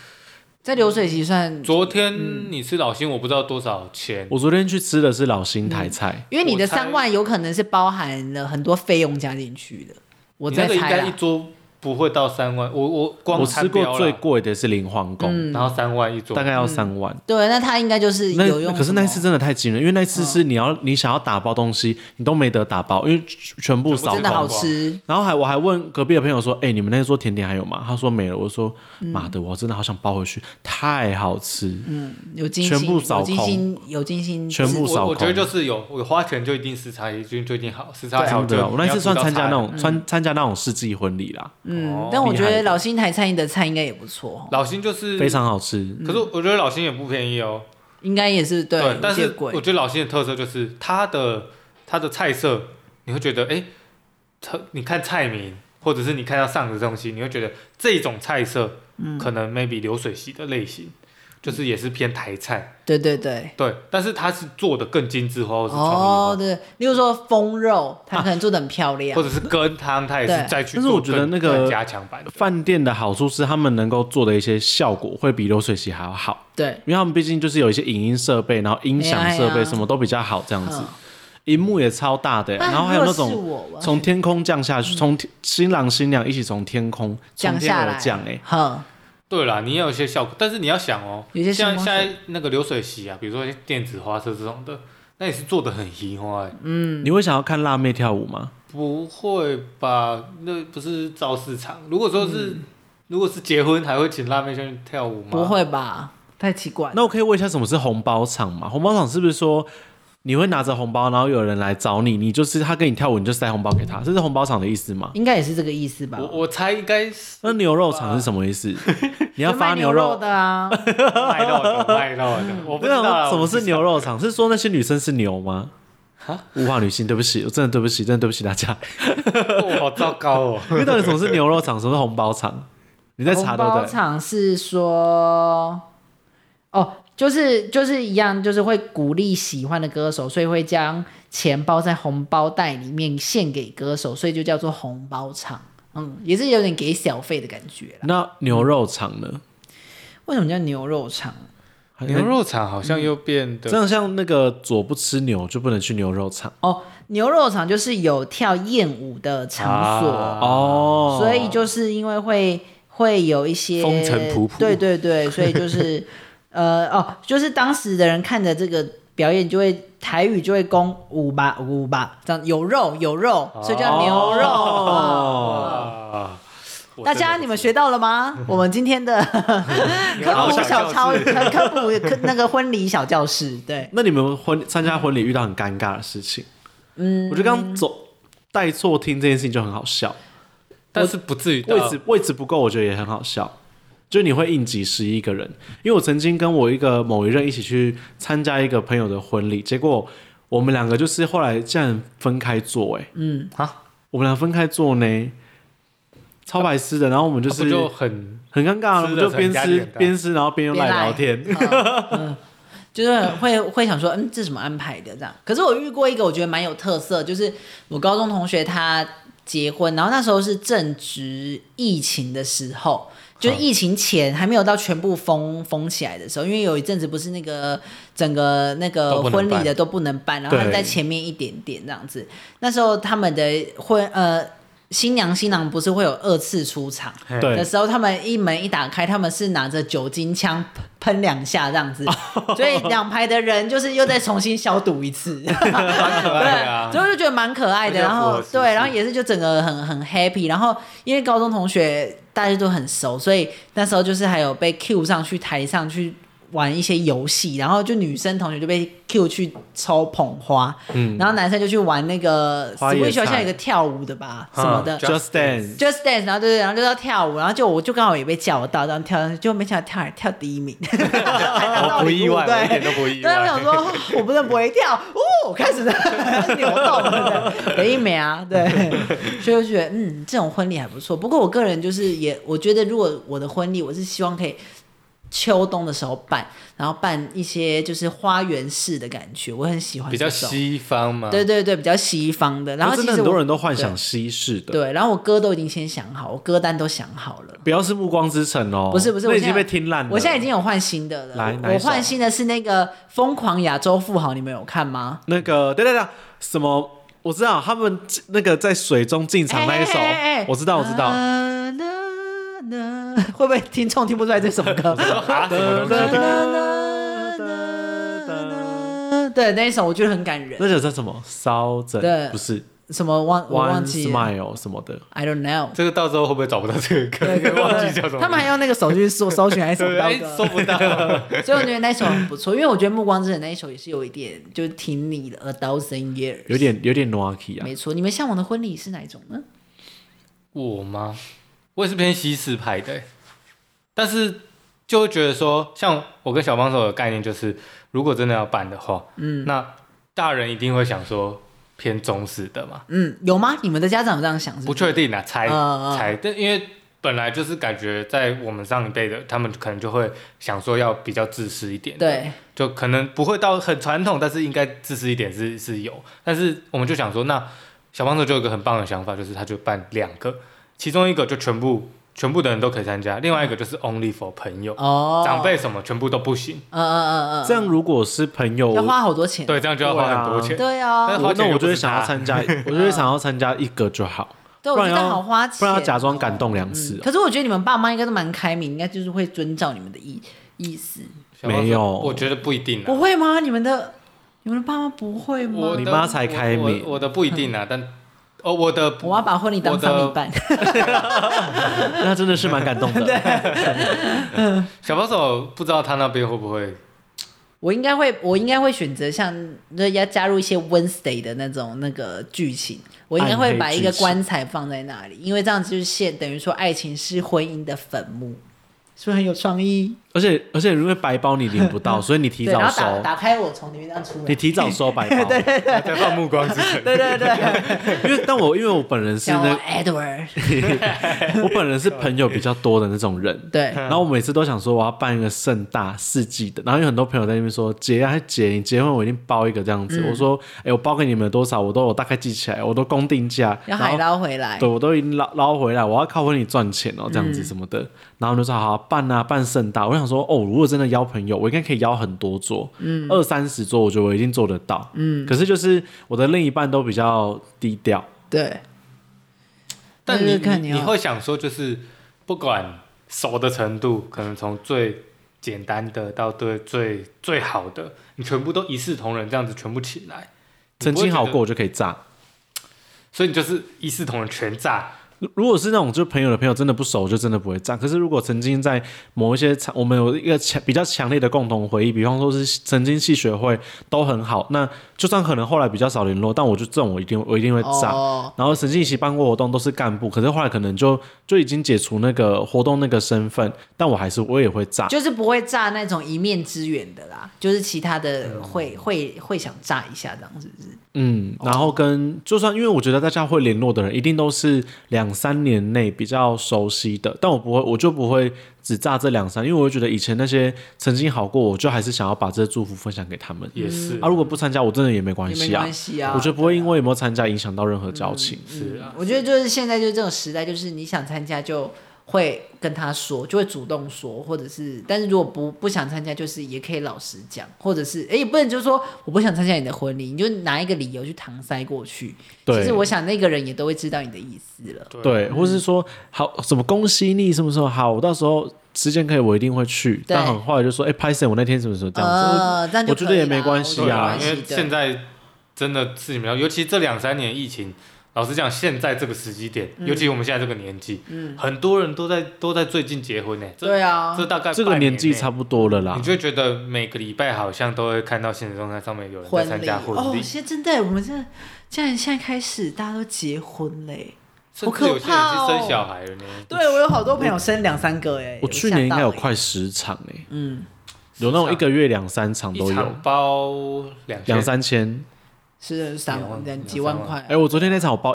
[SPEAKER 3] 在流水席算，
[SPEAKER 2] 昨天你吃老星，我不知道多少钱，
[SPEAKER 1] 我昨天去吃的是老新台菜，
[SPEAKER 3] 因为你的
[SPEAKER 2] 我猜
[SPEAKER 3] 三万有可能是包含了很多费用加进去的。我
[SPEAKER 2] 你那
[SPEAKER 3] 在
[SPEAKER 2] 个应
[SPEAKER 3] 猜
[SPEAKER 2] 该一
[SPEAKER 3] 啦，
[SPEAKER 2] 桌不会到三万，我我光
[SPEAKER 1] 我
[SPEAKER 2] 餐
[SPEAKER 1] 吃
[SPEAKER 2] 标
[SPEAKER 1] 过
[SPEAKER 2] 啦
[SPEAKER 1] 最贵的是林皇宫，
[SPEAKER 3] 嗯
[SPEAKER 2] 然后三万一桌
[SPEAKER 1] 大，概要三万。
[SPEAKER 3] 对，那他应该就是
[SPEAKER 1] 那
[SPEAKER 3] 嗯有用。
[SPEAKER 1] 可是那一次真的太惊人，因为那一次是你要、你想要打包东西，你都没得打包，因为全部扫
[SPEAKER 2] 真
[SPEAKER 3] 真的
[SPEAKER 1] 光
[SPEAKER 3] 好
[SPEAKER 2] 光
[SPEAKER 3] 吃，
[SPEAKER 1] 然后还我还问隔壁的朋友说：“哎、你们那桌甜点还有吗？”他说没了。我说：“妈的，我真的好想包回去，太好吃。
[SPEAKER 3] 嗯，有精
[SPEAKER 1] 全
[SPEAKER 3] 心，
[SPEAKER 1] 部扫
[SPEAKER 3] 有精
[SPEAKER 1] 空
[SPEAKER 3] 心，有精心制
[SPEAKER 1] 全
[SPEAKER 3] 作，
[SPEAKER 1] 部
[SPEAKER 2] 我
[SPEAKER 1] 扫
[SPEAKER 2] 我觉得
[SPEAKER 1] 空
[SPEAKER 2] 就是有我花钱就一定时差一定就一定好，时差
[SPEAKER 3] 对
[SPEAKER 2] 好
[SPEAKER 1] 真
[SPEAKER 2] 就
[SPEAKER 1] 的啊，我那一次算参加那
[SPEAKER 2] 你要
[SPEAKER 1] 种参参加那种世纪婚礼啦，
[SPEAKER 2] 吃到菜
[SPEAKER 3] 嗯
[SPEAKER 2] 哦，
[SPEAKER 3] 但我觉
[SPEAKER 1] 厉害
[SPEAKER 3] 得老新台餐饮的菜应该也不错哦，
[SPEAKER 2] 老辛就是
[SPEAKER 1] 非，常好吃。
[SPEAKER 2] 可是我觉得老辛也不便宜哦。
[SPEAKER 3] 应该也是嗯对，有
[SPEAKER 2] 但
[SPEAKER 3] 些
[SPEAKER 2] 是
[SPEAKER 3] 贵
[SPEAKER 2] 我觉得老辛的特色就是它的它的菜色，你会觉得哎，它你看菜名或者是你看到上的东西，你会觉得这种菜色，
[SPEAKER 3] 嗯
[SPEAKER 2] 可能 maybe 流水席的类型，就是也是偏台菜，
[SPEAKER 3] 对对对。
[SPEAKER 2] 对，但是它是做的更精致化或是创意化啊
[SPEAKER 3] 哦，，对，例如说风肉，它可能做的很漂
[SPEAKER 2] *laughs*
[SPEAKER 3] 亮
[SPEAKER 2] 或，者是羹汤，它也
[SPEAKER 3] 对
[SPEAKER 2] 是再去
[SPEAKER 1] 但是我
[SPEAKER 2] 做
[SPEAKER 1] 觉得
[SPEAKER 2] 更
[SPEAKER 1] 那个
[SPEAKER 2] 更加强版的。
[SPEAKER 1] 饭店的好处是他们能够做的一些效果会比流水席还要好，
[SPEAKER 3] 对，
[SPEAKER 1] 因为他们毕竟就是有一些影音设备，然后音响设
[SPEAKER 3] 哎呀
[SPEAKER 1] 备什么都比较好，这样子
[SPEAKER 3] 嗯，
[SPEAKER 1] 荧幕也超大的，
[SPEAKER 3] 但
[SPEAKER 1] 然后还有那
[SPEAKER 3] 如
[SPEAKER 1] 种
[SPEAKER 3] 果是我
[SPEAKER 1] 从天空降下去，从天新郎新娘一起从天空
[SPEAKER 3] 降
[SPEAKER 1] 从天
[SPEAKER 3] 下
[SPEAKER 1] 而
[SPEAKER 3] 来，
[SPEAKER 1] 降，哎，
[SPEAKER 3] 哼，
[SPEAKER 2] 对啦，你也有一些效果，但是你要想哦，
[SPEAKER 3] 有些
[SPEAKER 2] 像
[SPEAKER 3] 星光
[SPEAKER 2] 现
[SPEAKER 3] 水
[SPEAKER 2] 在那个流水席啊，比如说电子花车这种的，那也是做的很移花、欸，
[SPEAKER 3] 嗯
[SPEAKER 1] 你会想要看辣妹跳舞吗？
[SPEAKER 2] 不会吧？那不是造市场。如果说是，如果是结婚，还会请辣妹去跳舞吗？
[SPEAKER 3] 不，会吧？太奇怪了。
[SPEAKER 1] 那我可以问一下什么是红包场吗？红包场是不是说你会拿着红包，然后有人来找你，你就是他跟你跳舞，你就塞红包给他，这是红包场的意思吗？
[SPEAKER 3] 应该也是这个意思吧？
[SPEAKER 2] 我我猜应该是
[SPEAKER 1] 那牛肉场是什么意
[SPEAKER 3] *laughs*
[SPEAKER 1] 思？你要
[SPEAKER 3] 就
[SPEAKER 1] 发
[SPEAKER 3] 卖牛
[SPEAKER 1] 肉。
[SPEAKER 3] 的啊，
[SPEAKER 2] 卖到的，卖到的。我
[SPEAKER 1] 我
[SPEAKER 2] 不知道
[SPEAKER 1] 想
[SPEAKER 2] 啦
[SPEAKER 1] 说什么
[SPEAKER 2] 我
[SPEAKER 1] 是
[SPEAKER 2] 不知道
[SPEAKER 1] 牛肉 *laughs* 场？是说那些女生是牛吗？物化女性，对不起，我真的对不起，真的对不起大家。 *laughs*
[SPEAKER 2] 我好糟糕哦！
[SPEAKER 1] 因为到底什么是牛肉场，什么是红包场？ *laughs* 你在查
[SPEAKER 3] 红
[SPEAKER 1] 对不
[SPEAKER 3] 包
[SPEAKER 1] 对？
[SPEAKER 3] 场是说，哦，就是就是一样，就是会鼓励喜欢的歌手，所以会将钱包在红包袋里面献给歌手，所以就叫做红包场。嗯，也是有点给小费的感觉啦。
[SPEAKER 1] 那牛肉场呢？
[SPEAKER 3] 为什么叫牛肉场？
[SPEAKER 2] 牛肉场好像又变
[SPEAKER 1] 这
[SPEAKER 2] 得，
[SPEAKER 1] 样像那个左不吃牛就不能去牛肉场
[SPEAKER 3] 哦，牛肉场就是有跳艳舞的场所，
[SPEAKER 2] 啊
[SPEAKER 1] 哦，
[SPEAKER 3] 所以就是因为会会有一些
[SPEAKER 2] 风尘仆仆
[SPEAKER 3] 对对对，所以就是呃哦，就是当时的人看着这个表演，就会台语就会攻五吧五吧，这样有肉有肉，所以叫牛
[SPEAKER 2] *laughs*
[SPEAKER 3] 肉。
[SPEAKER 1] 哦
[SPEAKER 2] 啊我
[SPEAKER 3] 大
[SPEAKER 2] 真的
[SPEAKER 3] 家
[SPEAKER 2] 不
[SPEAKER 3] 你们学到了
[SPEAKER 2] *laughs*
[SPEAKER 3] 吗？我们今天的科普小超呃科普科那个婚礼小教室，对，
[SPEAKER 1] 那你们婚参加婚礼遇到很尴尬的事情？嗯，我觉得刚走带错厅这件事情就很好笑，
[SPEAKER 2] 但是不至于到
[SPEAKER 1] 位置位置不够，我觉得也很好笑。就你会应急十一个人，因为我曾经跟我一个某一任一起去参加一个朋友的婚礼，结果我们两个就是后来竟然分开坐、欸，哎，
[SPEAKER 3] 嗯，
[SPEAKER 2] 啊，
[SPEAKER 1] 我们俩分开坐呢，超白痴的。然后我们就
[SPEAKER 2] 就是是啊就很
[SPEAKER 1] 很尴尬，我们就边
[SPEAKER 2] 吃的
[SPEAKER 1] 吃
[SPEAKER 2] 才加点的
[SPEAKER 1] 边吃，然后边用来聊天。
[SPEAKER 3] 嗯就是会会想说，嗯，这是什么安排的这样。可是我遇过一个我觉得蛮有特色，就是我高中同学他结婚，然后那时候是正值疫情的时候。就是疫情前还没有到全部封封起来的时候，因为有一阵子不是那个整个那个
[SPEAKER 2] 都不能
[SPEAKER 3] 婚礼的
[SPEAKER 2] 办
[SPEAKER 3] 都不能办，然后他们
[SPEAKER 1] 对
[SPEAKER 3] 在前面一点点这样子。那时候他们的婚呃新娘新郎不是会有二次出场，
[SPEAKER 2] 嘿
[SPEAKER 1] 对
[SPEAKER 3] 的时候，他们一门一打开，他们是拿着酒精枪喷喷两下这
[SPEAKER 2] *laughs*
[SPEAKER 3] 样子，所以两排的人就是又再重新消毒一
[SPEAKER 2] *laughs*
[SPEAKER 3] 次，
[SPEAKER 2] 蛮可爱的啊
[SPEAKER 3] 对，。所以我就觉得蛮可爱
[SPEAKER 2] 比
[SPEAKER 3] 的。
[SPEAKER 2] 较
[SPEAKER 3] 然后
[SPEAKER 2] 符合时事
[SPEAKER 3] 对，然后也是就整个很很 happy。然后因为高中同学大家都很熟，所以那时候就是还有被 Q 上去台上去玩一些游戏，然后就女生同学就被 Q 去抽捧花，嗯，然后男生就去玩那个
[SPEAKER 1] 花野
[SPEAKER 3] Switch
[SPEAKER 1] 菜
[SPEAKER 3] 好像有一个跳舞的吧，什么的
[SPEAKER 2] 嗯。
[SPEAKER 1] Just Dance，
[SPEAKER 3] Just Dance，然后对对，然后就要跳舞，然后就我就刚好也被叫到，然后跳上去，就没想到跳跳
[SPEAKER 1] *laughs*
[SPEAKER 3] 第一名，
[SPEAKER 2] 我哦不意外，我一
[SPEAKER 3] 对
[SPEAKER 2] 点都不意
[SPEAKER 3] 对，我
[SPEAKER 2] 外
[SPEAKER 3] 想。说哦我不能不会跳，哦，开始在扭动，对第一名啊，对，所以我觉得嗯，这种婚礼还不错。不过我个人就是也，我觉得如果我的婚礼，我是希望可以。秋冬的时候办，然后办一些就是花园式的感觉，我很喜欢
[SPEAKER 2] 比较
[SPEAKER 3] 这种，
[SPEAKER 2] 西方嘛，
[SPEAKER 3] 对对对，比较西方的。然后
[SPEAKER 1] 真
[SPEAKER 3] 其
[SPEAKER 1] 的
[SPEAKER 3] 实
[SPEAKER 1] 很多
[SPEAKER 3] 我
[SPEAKER 1] 人都幻想西式的，
[SPEAKER 3] 对，然后我歌都已经先想好，我歌单都想好了。
[SPEAKER 1] 不要是《暮光之城》哦，
[SPEAKER 3] 不是不是，
[SPEAKER 1] 那
[SPEAKER 3] 我
[SPEAKER 1] 已
[SPEAKER 3] 现
[SPEAKER 1] 经
[SPEAKER 3] 在
[SPEAKER 1] 被听烂了。
[SPEAKER 3] 我现在已经有换新的了。
[SPEAKER 1] 来哪一
[SPEAKER 3] 我
[SPEAKER 1] 首
[SPEAKER 3] 换新的是那个《疯狂亚洲富豪》，你们有看吗？
[SPEAKER 1] 那个，对对对，什么？我知道他们那个在水中进场那一首，
[SPEAKER 3] 哎哎哎哎
[SPEAKER 1] 我知道我知道。
[SPEAKER 3] 啦啦啦 *laughs* 会不会听众听不出来
[SPEAKER 1] *laughs*
[SPEAKER 3] 这首歌？
[SPEAKER 2] 啊，什么东
[SPEAKER 3] 啦
[SPEAKER 2] 西？
[SPEAKER 3] 啦啦
[SPEAKER 1] *laughs*
[SPEAKER 3] 啦对，那一首我觉得很感人。
[SPEAKER 1] 那首叫什么？稍整
[SPEAKER 3] 对
[SPEAKER 1] 不是
[SPEAKER 3] 什么忘我
[SPEAKER 1] One
[SPEAKER 3] 忘记了
[SPEAKER 1] Smile 什么的，
[SPEAKER 3] ？I don't
[SPEAKER 1] *laughs*
[SPEAKER 3] know。
[SPEAKER 2] 这个到时候会不会找不到这个歌？ *laughs* 忘记叫什么名字。
[SPEAKER 3] 他们还用那个手
[SPEAKER 1] *laughs*
[SPEAKER 3] 去搜搜寻，还搜不
[SPEAKER 2] 对，
[SPEAKER 3] 到
[SPEAKER 2] 哎，
[SPEAKER 3] 歌
[SPEAKER 2] 搜。不到。
[SPEAKER 3] *laughs* 所以我觉得那首很不错，因为我觉得《暮光之城》那一首也是有一点，就是挺你的《A Thousand Years》。
[SPEAKER 1] 有点有点 n o k i 啊。
[SPEAKER 3] 没错，你们向往的婚礼是哪一种呢？
[SPEAKER 2] 我吗？我也是偏西式派的欸、但是就会觉得说，像我跟小帮手的概念就是，如果真的要办的话，嗯，那大人一定会想说偏中式的嘛，
[SPEAKER 3] 嗯，有吗？你们的家长有这样想是
[SPEAKER 2] 不
[SPEAKER 3] 是？
[SPEAKER 2] 确定啊，猜、
[SPEAKER 3] 嗯嗯
[SPEAKER 2] 猜，但因为本来就是感觉在我们上一辈的，他们可能就会想说要比较自私一点，，
[SPEAKER 3] 对，
[SPEAKER 2] 就可能不会到很传统，但是应该自私一点是是有。但是我们就想说，那小帮手就有一个很棒的想法，就是他就办两个，其中一个就全部全部的人都可以参加，另外一个就是 only for 朋友、
[SPEAKER 3] 哦，
[SPEAKER 2] 长，辈什么全部都不行。
[SPEAKER 3] 嗯嗯嗯嗯，
[SPEAKER 1] 这样如果是朋友，
[SPEAKER 3] 要
[SPEAKER 1] 我
[SPEAKER 3] 花好多钱，
[SPEAKER 2] 对，这样就要花很多钱。
[SPEAKER 3] 对啊
[SPEAKER 2] 但，
[SPEAKER 1] 我
[SPEAKER 2] 花
[SPEAKER 1] 那
[SPEAKER 2] 钱又
[SPEAKER 1] 我
[SPEAKER 2] 不
[SPEAKER 3] *laughs*
[SPEAKER 1] 就会
[SPEAKER 2] 是
[SPEAKER 1] 想要
[SPEAKER 2] 他
[SPEAKER 1] 参加，我就会想要参加一个就好。
[SPEAKER 3] 对，我
[SPEAKER 1] 不然
[SPEAKER 3] 觉得
[SPEAKER 1] 要
[SPEAKER 3] 好花钱，
[SPEAKER 1] 不然要假装感动两次哦、
[SPEAKER 3] 可是我觉得你们爸妈应该都蛮开明，应该就是会遵照你们的意意思。
[SPEAKER 1] 啊
[SPEAKER 2] 小猫
[SPEAKER 1] 没有
[SPEAKER 2] 说我觉得不一定啊。
[SPEAKER 3] 不会吗？你们的你们的爸妈不会吗
[SPEAKER 2] 我？的
[SPEAKER 1] 你妈才开明
[SPEAKER 2] 我我我的不一定啊，但哦，我的不
[SPEAKER 3] 我要把婚礼当
[SPEAKER 2] 我
[SPEAKER 3] 丧
[SPEAKER 2] 的
[SPEAKER 3] 礼办，嗯
[SPEAKER 1] *laughs* 那真的是蛮感动
[SPEAKER 3] *laughs*
[SPEAKER 1] 的。
[SPEAKER 2] 小保守不知道他那边会不会
[SPEAKER 3] 我应该会，我应该会选择像那要加入一些 Wednesday 的那种那个剧情，我应该会把一个棺材放在那里，因为这样子就是现等于说爱情是婚姻的坟墓，是不是很有创意？
[SPEAKER 1] 而且而且，因为白包你领不到，所以你提
[SPEAKER 3] *laughs* 对，然
[SPEAKER 1] 早
[SPEAKER 3] 后打
[SPEAKER 1] 收，
[SPEAKER 3] 打开我从里面这样出
[SPEAKER 1] 你
[SPEAKER 3] 来，
[SPEAKER 1] 提早收
[SPEAKER 3] *laughs*
[SPEAKER 1] 白包。
[SPEAKER 2] 在放目光之城？
[SPEAKER 3] 对对 *laughs* 对，
[SPEAKER 1] *laughs* 因为但我因为我本人是
[SPEAKER 3] 像我
[SPEAKER 1] 那
[SPEAKER 3] Edward，
[SPEAKER 1] 我本人是朋友比较多的那种人。
[SPEAKER 3] 对，
[SPEAKER 1] 然后我每次都想说我要办一个盛大世纪的，然后有很多朋友在那边说姐啊姐，你结婚我一定包一个这样子。
[SPEAKER 3] 嗯
[SPEAKER 1] 我说哎、我包给你们多少，我都有大概记起来，我都公定价，然
[SPEAKER 3] 要海
[SPEAKER 1] 后
[SPEAKER 3] 捞回来
[SPEAKER 1] 对，我都已经捞捞回来，我要靠婚礼赚钱哦，这样
[SPEAKER 3] 嗯
[SPEAKER 1] 子什么的。然后就说好好办啊，办盛大。我想说哦，如果真的邀朋友，我应该可以邀很多桌，嗯，二三十桌，我觉得我一定做得到，嗯。可是就是我的另一半都比较低调，
[SPEAKER 3] 对，
[SPEAKER 2] 但
[SPEAKER 3] 那
[SPEAKER 2] 你
[SPEAKER 3] 就看你
[SPEAKER 2] 你
[SPEAKER 3] 哦要
[SPEAKER 2] 你会想说，就是不管熟的程度，可能从最简单的到对最最好的，你全部都一视同仁，这样子全部起来，
[SPEAKER 1] 曾经好
[SPEAKER 2] 你不会觉得
[SPEAKER 1] 过，我就可以炸。
[SPEAKER 2] 所以你就是一视同仁全炸。
[SPEAKER 1] 如如果是那种就朋友的朋友真的不熟，就真的不会站。可是如果曾经在某一些场，我们有一个强比较强烈的共同回忆，比方说是曾经系学会都很好，那就算可能后来比较少联络，但我就这种我一定我一定会炸。
[SPEAKER 3] 哦，
[SPEAKER 1] 然后曾经一起办过活动都是干部，可是后来可能就就已经解除那个活动那个身份，但我还是我也会炸。
[SPEAKER 3] 就是不会炸那种一面之缘的啦，就是其他的会、会会想炸一下这样子，是不是
[SPEAKER 1] 嗯，然
[SPEAKER 3] 哦
[SPEAKER 1] 后跟就算因为我觉得大家会联络的人，一定都是两三年内比较熟悉的，但我不会，我就不会只炸这两三，因为我会觉得以前那些曾经好过，我就还是想要把这些祝福分享给他们。
[SPEAKER 2] 也是
[SPEAKER 1] 啊，如果不参加，我真的也没关
[SPEAKER 3] 也没
[SPEAKER 1] 系啊，
[SPEAKER 3] 关系啊。嗯
[SPEAKER 1] 我觉得不会因为有没有参加影响到任何交情。
[SPEAKER 2] 是啊，
[SPEAKER 3] 我觉得就是现在就是这种时代，就是你想参加就会跟他说，就会主动说，或者是，但是如果不不想参加，就是也可以老实讲，或者是，哎、也不能就说我不想参加你的婚礼，你就拿一个理由去搪塞过去。
[SPEAKER 1] 对
[SPEAKER 3] 其实我想那个人也都会知道你的意思了。
[SPEAKER 1] 对，或是说好什么恭喜你什么时候好，我到时候时间可以我一定会去，
[SPEAKER 3] 对
[SPEAKER 1] 但很后来就说哎拍摄我那天什么时候这样子，
[SPEAKER 3] 呃，这样就
[SPEAKER 1] 我觉得也没关系
[SPEAKER 3] 可以
[SPEAKER 2] 对
[SPEAKER 3] 啦
[SPEAKER 2] 啊，因
[SPEAKER 3] 我觉得
[SPEAKER 2] 为
[SPEAKER 3] 没关系
[SPEAKER 2] 现
[SPEAKER 3] 对
[SPEAKER 2] 在真的事情比较，尤其这两三年疫情，老实讲，现在这个时机点，尤
[SPEAKER 3] 嗯
[SPEAKER 2] 其我们现在这个年纪，很多人都在都在最近结婚呢。这
[SPEAKER 3] 对啊
[SPEAKER 2] 这大概
[SPEAKER 1] 这个
[SPEAKER 2] 半
[SPEAKER 1] 年纪
[SPEAKER 2] 内
[SPEAKER 1] 差不多
[SPEAKER 3] 嗯
[SPEAKER 1] 了啦
[SPEAKER 2] 你。就会觉得每个礼拜好像都会看到现实动态上面有人在参
[SPEAKER 3] 婚礼
[SPEAKER 2] 加婚
[SPEAKER 3] 哦
[SPEAKER 2] 礼，，
[SPEAKER 3] 现在真的，我们这竟然现在开始大家都结婚嘞。
[SPEAKER 2] 甚
[SPEAKER 3] 好可
[SPEAKER 2] 至有些人
[SPEAKER 3] 怕
[SPEAKER 2] 是
[SPEAKER 3] 哦
[SPEAKER 2] 生小孩了呢。
[SPEAKER 3] 对，我有好多朋友生两三个哎，
[SPEAKER 1] 我去年应该有
[SPEAKER 3] 吓到欸
[SPEAKER 1] 快十场哎、
[SPEAKER 3] 嗯，
[SPEAKER 1] 有那种一个月两三场都
[SPEAKER 2] 一
[SPEAKER 1] 有
[SPEAKER 2] 场，包两千
[SPEAKER 1] 两，三千。
[SPEAKER 3] 是三
[SPEAKER 2] 两万
[SPEAKER 3] 两几
[SPEAKER 2] 两
[SPEAKER 3] 万
[SPEAKER 2] 三万
[SPEAKER 3] 块啊
[SPEAKER 1] 哎、，我昨天那场我包，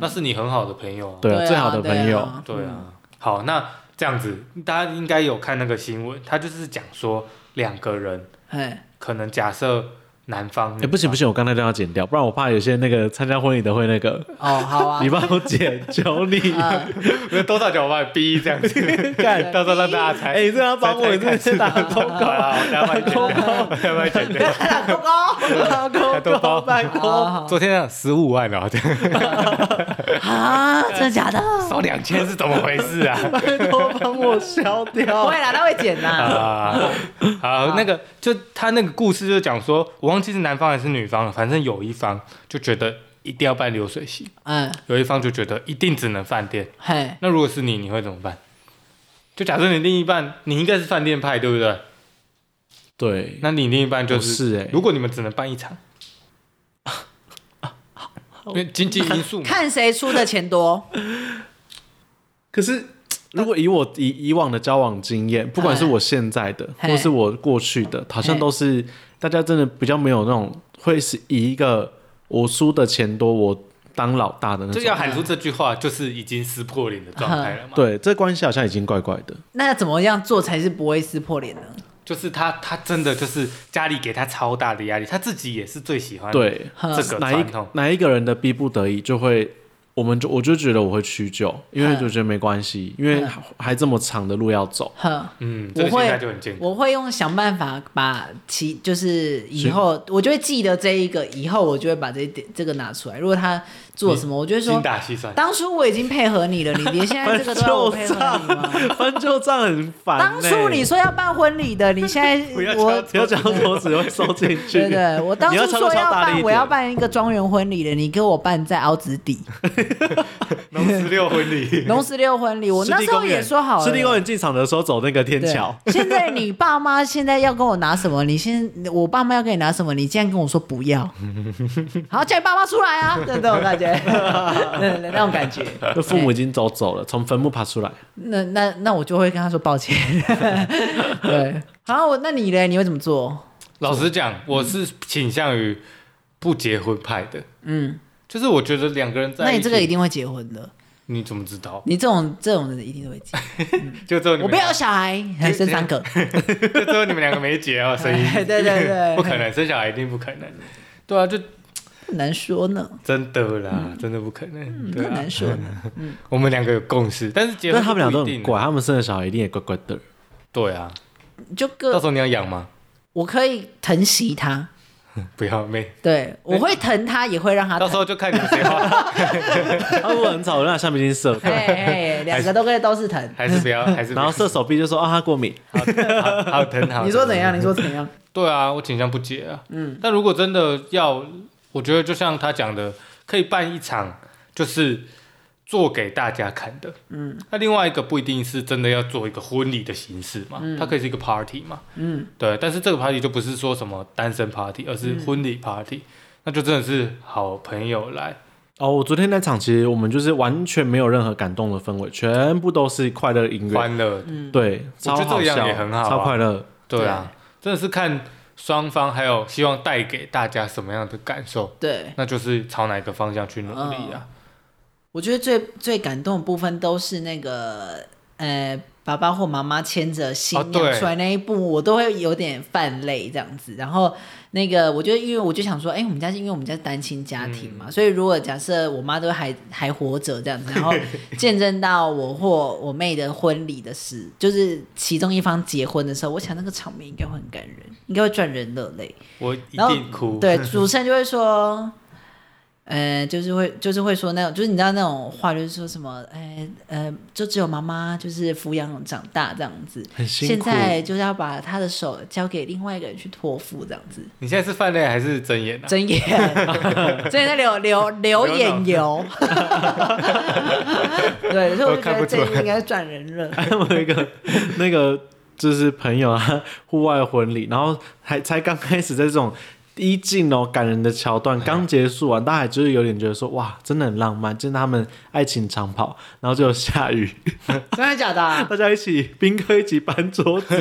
[SPEAKER 2] 那是你很好的朋友啊。
[SPEAKER 1] 对啊，
[SPEAKER 3] 啊
[SPEAKER 1] 最好的朋友，
[SPEAKER 3] 对啊
[SPEAKER 2] 对啊，好，那这样子大家应该有看那个新闻，他就是讲说两个人
[SPEAKER 3] 哎，
[SPEAKER 2] 可能假设男方
[SPEAKER 1] 哎、不行不
[SPEAKER 2] 行，
[SPEAKER 1] 行，我刚才都要剪掉，不然我怕有些那个参加婚礼的会那个，
[SPEAKER 3] 哦，好 *laughs* 啊
[SPEAKER 1] 你，帮我剪，求你，
[SPEAKER 3] 呃，
[SPEAKER 2] 多少酒把你逼这样子，
[SPEAKER 1] *laughs* 干
[SPEAKER 2] 到时候让大家
[SPEAKER 1] *laughs*
[SPEAKER 2] 猜。
[SPEAKER 1] 哎、你这样帮我，你这是打工
[SPEAKER 2] 好啦，我要
[SPEAKER 1] *laughs*
[SPEAKER 2] 把你剪掉， *laughs* 我要把你剪掉。
[SPEAKER 3] 老公，老公，
[SPEAKER 2] 还都包
[SPEAKER 3] 办公
[SPEAKER 2] 昨天十五万哦了，
[SPEAKER 3] *laughs* 啊，真的假的？
[SPEAKER 2] 少两千是怎么回事啊？
[SPEAKER 1] 拜托帮我消
[SPEAKER 3] 不
[SPEAKER 1] 掉
[SPEAKER 3] *laughs* 会。啦，他会剪啦。
[SPEAKER 2] 啊， *laughs* 好，那个就他那个故事就讲说，我忘记是男方还是女方了，反正有一方就觉得一定要办流水席，
[SPEAKER 3] *laughs* 嗯，
[SPEAKER 2] 有一方就觉得一定只能饭店。
[SPEAKER 3] 嘿，
[SPEAKER 2] 那如果是你，你会怎么办？就假设你另一半，你应该是饭店派，对不对？
[SPEAKER 1] 对，
[SPEAKER 3] *laughs*
[SPEAKER 2] 那你另一半就
[SPEAKER 1] 我是欸
[SPEAKER 2] 如果你们只能办
[SPEAKER 1] *laughs*
[SPEAKER 2] 一场，因为经济
[SPEAKER 1] *laughs*
[SPEAKER 2] 因素嘛，
[SPEAKER 3] 看谁出的钱多。 *laughs*
[SPEAKER 1] 可是。如果以我以以往的交往经验，不管是我现在的，
[SPEAKER 3] 嘿
[SPEAKER 1] 或是我过去的，好像都是大家真的比较没有那种会是以一个我输的钱多，我当老大的那
[SPEAKER 2] 就
[SPEAKER 1] 种。
[SPEAKER 2] 要喊出这句话，就是已经撕破脸的状
[SPEAKER 1] *laughs*
[SPEAKER 2] 态了嘛。
[SPEAKER 1] 对，这关系好像已经怪怪的。
[SPEAKER 3] 那要怎么样做才是不会撕破脸呢？
[SPEAKER 2] 就是他，他真的就是家里给他超大的压力，他自己也是最喜欢
[SPEAKER 1] 对，
[SPEAKER 3] 嗯
[SPEAKER 2] 这个
[SPEAKER 1] 哪一
[SPEAKER 2] 传统。
[SPEAKER 1] 哪一个人的逼不得已就会我们就我就觉得我会屈就，因为
[SPEAKER 3] 嗯
[SPEAKER 1] 就觉得没关系，因为
[SPEAKER 3] 嗯
[SPEAKER 1] 还还这么长的路要走。
[SPEAKER 3] 哼，
[SPEAKER 2] 嗯，这
[SPEAKER 3] 我
[SPEAKER 2] 个心
[SPEAKER 3] 会
[SPEAKER 2] 态就很健康。
[SPEAKER 3] 我会用想办法把其就是以后我就会记得这一个，以后我就会把这一点这个拿出来。如果他做什么，我就会
[SPEAKER 2] 精
[SPEAKER 3] 说，
[SPEAKER 2] 打细算，
[SPEAKER 3] 当初我已经配合你了，你连现在这个都要 *laughs* 我配合你吗？
[SPEAKER 1] *laughs* 翻旧账很烦、
[SPEAKER 3] 当初你说要办婚礼的，你现
[SPEAKER 2] 不
[SPEAKER 3] 在
[SPEAKER 2] 要敲
[SPEAKER 3] 我
[SPEAKER 1] *laughs* 不要讲我只会收进去。
[SPEAKER 3] *laughs* 对对，我当
[SPEAKER 1] 你
[SPEAKER 3] 初
[SPEAKER 1] 要敲
[SPEAKER 3] 说
[SPEAKER 1] 敲
[SPEAKER 3] 要
[SPEAKER 1] 大力一
[SPEAKER 3] 办，
[SPEAKER 1] 点
[SPEAKER 3] 我要办一个庄园婚礼的，你给我办在凹子
[SPEAKER 1] *laughs*
[SPEAKER 3] 底
[SPEAKER 2] 农十六婚
[SPEAKER 3] *laughs*
[SPEAKER 2] 礼，
[SPEAKER 3] 龙十六婚礼，我那
[SPEAKER 1] 湿地
[SPEAKER 3] 时候
[SPEAKER 1] 公园
[SPEAKER 3] 也说好了。
[SPEAKER 1] 湿地公园进场的时候走那个天
[SPEAKER 3] 对
[SPEAKER 1] 桥， *laughs*
[SPEAKER 3] 现在你爸妈现在要跟我拿什么？你先，我爸妈要跟你拿什么？你竟然跟我说不
[SPEAKER 1] *laughs*
[SPEAKER 3] 要，好叫你爸妈出来啊！那种感觉，那那种感觉，
[SPEAKER 1] 那父母已经走走了，从坟墓爬出来。
[SPEAKER 3] 那那那我就会跟他说抱
[SPEAKER 1] *laughs*
[SPEAKER 3] 歉。对，好，我那你嘞？你会怎么做？
[SPEAKER 2] *laughs* 老实讲，我是倾向于不结婚派的。
[SPEAKER 3] 嗯，
[SPEAKER 2] 就是我觉得两个人在
[SPEAKER 3] 那
[SPEAKER 2] 一起，
[SPEAKER 3] 你这个一定会结婚的，
[SPEAKER 2] 你怎么知道？
[SPEAKER 3] 你这种这种人一定会结。
[SPEAKER 2] 就只有你
[SPEAKER 3] 我
[SPEAKER 2] 们
[SPEAKER 3] 不要小孩，
[SPEAKER 2] 啊
[SPEAKER 3] 还生三个，
[SPEAKER 2] 就只有你们两个没结哦，所以
[SPEAKER 3] *laughs* 对对对
[SPEAKER 2] 不可能生小孩一定不可能。对啊，就
[SPEAKER 3] 很难说呢，
[SPEAKER 2] 真的
[SPEAKER 3] 嗯
[SPEAKER 2] 啦，真的不可能。对
[SPEAKER 3] 很
[SPEAKER 2] 啊
[SPEAKER 3] 难，说
[SPEAKER 2] *laughs*
[SPEAKER 3] 呢。
[SPEAKER 2] 我们两个有共识，但是结
[SPEAKER 1] 但
[SPEAKER 2] 婚
[SPEAKER 1] 他们俩
[SPEAKER 2] 不
[SPEAKER 1] 都
[SPEAKER 2] 一定
[SPEAKER 1] 很乖，。他们生的小孩一定也乖乖的。
[SPEAKER 2] 对啊，
[SPEAKER 3] 就
[SPEAKER 2] 到
[SPEAKER 3] 个
[SPEAKER 2] 时候你要养吗？
[SPEAKER 3] 我可以疼惜他，
[SPEAKER 2] 不要没，
[SPEAKER 3] 对我会疼他，也会让他
[SPEAKER 2] 到
[SPEAKER 3] 疼
[SPEAKER 2] 时。候就看你们谁
[SPEAKER 3] *laughs*
[SPEAKER 2] 花，
[SPEAKER 1] 他如果很吵，我让他橡皮筋射他，
[SPEAKER 3] 哎哎哎，两个都跟都是疼。
[SPEAKER 2] 还是不要，还是不
[SPEAKER 1] 然
[SPEAKER 2] 要
[SPEAKER 1] 后射手臂就说啊他过敏，
[SPEAKER 2] 好好疼 *laughs* 好。
[SPEAKER 3] 你说怎？样？你
[SPEAKER 2] *laughs*
[SPEAKER 3] 说怎样？
[SPEAKER 2] 对啊，我倾向不结啊。嗯，但如果真的要，我觉得就像他讲的，可以办一场，就是做给大家看的。嗯，那另外一个不一定是真的要做一个婚礼的形式嘛，它可以是一个 party 嘛。嗯，对，但是这个 party 就不是说什么单身 party，而是婚礼 party，、那就真的是好朋友来。
[SPEAKER 1] 哦，我昨天那场其实我们就是完全没有任何感动的氛围，全部都是快乐音乐，
[SPEAKER 2] 欢乐，
[SPEAKER 3] 嗯
[SPEAKER 1] 对，嗯超
[SPEAKER 2] 我觉得
[SPEAKER 1] 好
[SPEAKER 2] 这样
[SPEAKER 1] 笑，
[SPEAKER 2] 也很好啊
[SPEAKER 1] 超快乐。
[SPEAKER 2] 对啊，真的是看双方还有希望带给大家什么样的感受，
[SPEAKER 3] 对，
[SPEAKER 2] 那就是朝哪一个方向去努力啊。
[SPEAKER 3] 我觉得最最感动的部分都是那个呃，爸爸或妈妈牵着新
[SPEAKER 2] 哦
[SPEAKER 3] 娘
[SPEAKER 2] 对
[SPEAKER 3] 出来那一步，我都会有点泛泪这样子。然后那个，我觉得因为我就想说，哎、我们家是因为我们家是单亲家庭嘛，所以如果假设我妈都还还活着这样子，然后见证到我或我妹的婚礼的事，就是其中一方结婚的时候，我想那个场面应该会很感人，应该会赚人热泪。
[SPEAKER 2] 我一
[SPEAKER 3] 然后
[SPEAKER 2] 定哭。
[SPEAKER 3] 对，主持人就会说，呃，就是会就是会说那种，就是你知道那种话，就是说什么，呃呃，就只有妈妈就是抚养长大这样子，
[SPEAKER 1] 很辛
[SPEAKER 3] 现
[SPEAKER 1] 苦
[SPEAKER 3] 在就是要把她的手交给另外一个人去托付这样子。
[SPEAKER 2] 你现在是泛泪还是睁眼啊？
[SPEAKER 3] 睁眼， *laughs* 睁眼在流流流眼油， *laughs* 对，所以我
[SPEAKER 2] 我
[SPEAKER 3] 就觉
[SPEAKER 2] 看
[SPEAKER 3] 得
[SPEAKER 2] 不
[SPEAKER 3] 这
[SPEAKER 2] 出来
[SPEAKER 3] 应该是转人了。
[SPEAKER 1] *laughs* 还有一个那个就是朋友啊， *laughs* 户外婚礼，然后还才刚开始在这种一进哦感人的桥
[SPEAKER 2] 哎
[SPEAKER 1] 段刚结束完，大家还就是有点觉得说哇，真的很浪漫，就是他们爱情长跑，然后就下雨，
[SPEAKER 3] 真的假的啊、
[SPEAKER 1] 大家一起宾客一起搬桌子，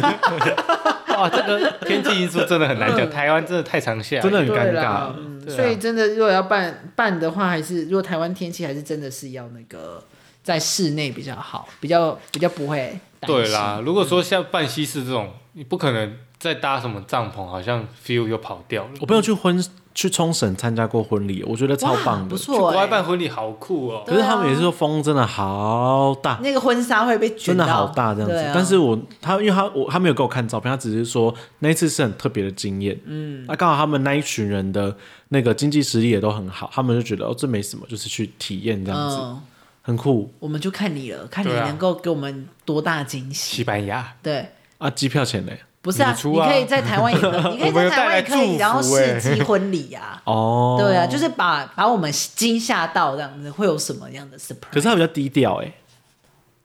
[SPEAKER 2] 哇，这个天气因素真的很难讲，台湾真的太常下雨，
[SPEAKER 1] 真的很
[SPEAKER 3] 对
[SPEAKER 1] 尴
[SPEAKER 3] 啦
[SPEAKER 1] 尬。
[SPEAKER 3] 嗯
[SPEAKER 2] 对啊
[SPEAKER 3] 所以真的，如果要办办的话，还是如果台湾天气还是真的是要那个在室内比较好，比较比较不会担心
[SPEAKER 2] 对，啦。如果说像办西式这种，你不可能再搭什么帐篷，好像 feel 又跑掉了。
[SPEAKER 1] 我朋友去婚去冲绳参加过婚礼，我觉得超
[SPEAKER 3] 哇
[SPEAKER 1] 棒的
[SPEAKER 3] 不。
[SPEAKER 2] 去国
[SPEAKER 3] 错、啊
[SPEAKER 2] 外
[SPEAKER 3] 欸。
[SPEAKER 2] 办婚礼好酷哦、
[SPEAKER 1] 可是他们也是说风真的好大，
[SPEAKER 3] 那个婚纱会被
[SPEAKER 1] 真
[SPEAKER 3] 卷
[SPEAKER 1] 的好
[SPEAKER 3] 到
[SPEAKER 1] 大这样子。
[SPEAKER 3] 对啊、
[SPEAKER 1] 但是我他因为他我他没有给我看照片，他只是说那一次是很特别的经验。嗯，那刚好他们那一群人的那个经济实力也都很好，他们就觉得哦这没什么，就是去体验这样子，
[SPEAKER 3] 嗯，
[SPEAKER 1] 很酷
[SPEAKER 3] 我们就看你了，看你
[SPEAKER 2] 对啊
[SPEAKER 3] 能够给我们多大惊喜。
[SPEAKER 2] 西班牙，
[SPEAKER 3] 对，
[SPEAKER 1] 啊！机票钱呢？
[SPEAKER 3] 不是啊，
[SPEAKER 2] 你
[SPEAKER 3] 你
[SPEAKER 2] 出啊
[SPEAKER 3] 可以在台湾也可
[SPEAKER 2] *laughs*
[SPEAKER 3] 以，你可以
[SPEAKER 2] 我们
[SPEAKER 3] 在
[SPEAKER 2] 有
[SPEAKER 3] 台湾也
[SPEAKER 2] 带来
[SPEAKER 3] 可以，
[SPEAKER 2] 祝
[SPEAKER 3] 然后
[SPEAKER 2] 福
[SPEAKER 3] 试
[SPEAKER 2] 欸
[SPEAKER 3] 机婚礼啊。
[SPEAKER 1] *laughs* 哦，
[SPEAKER 3] 对啊，就是把把我们惊吓到这样子，会有什么样的 surprise？
[SPEAKER 1] 可是他比较低调哎，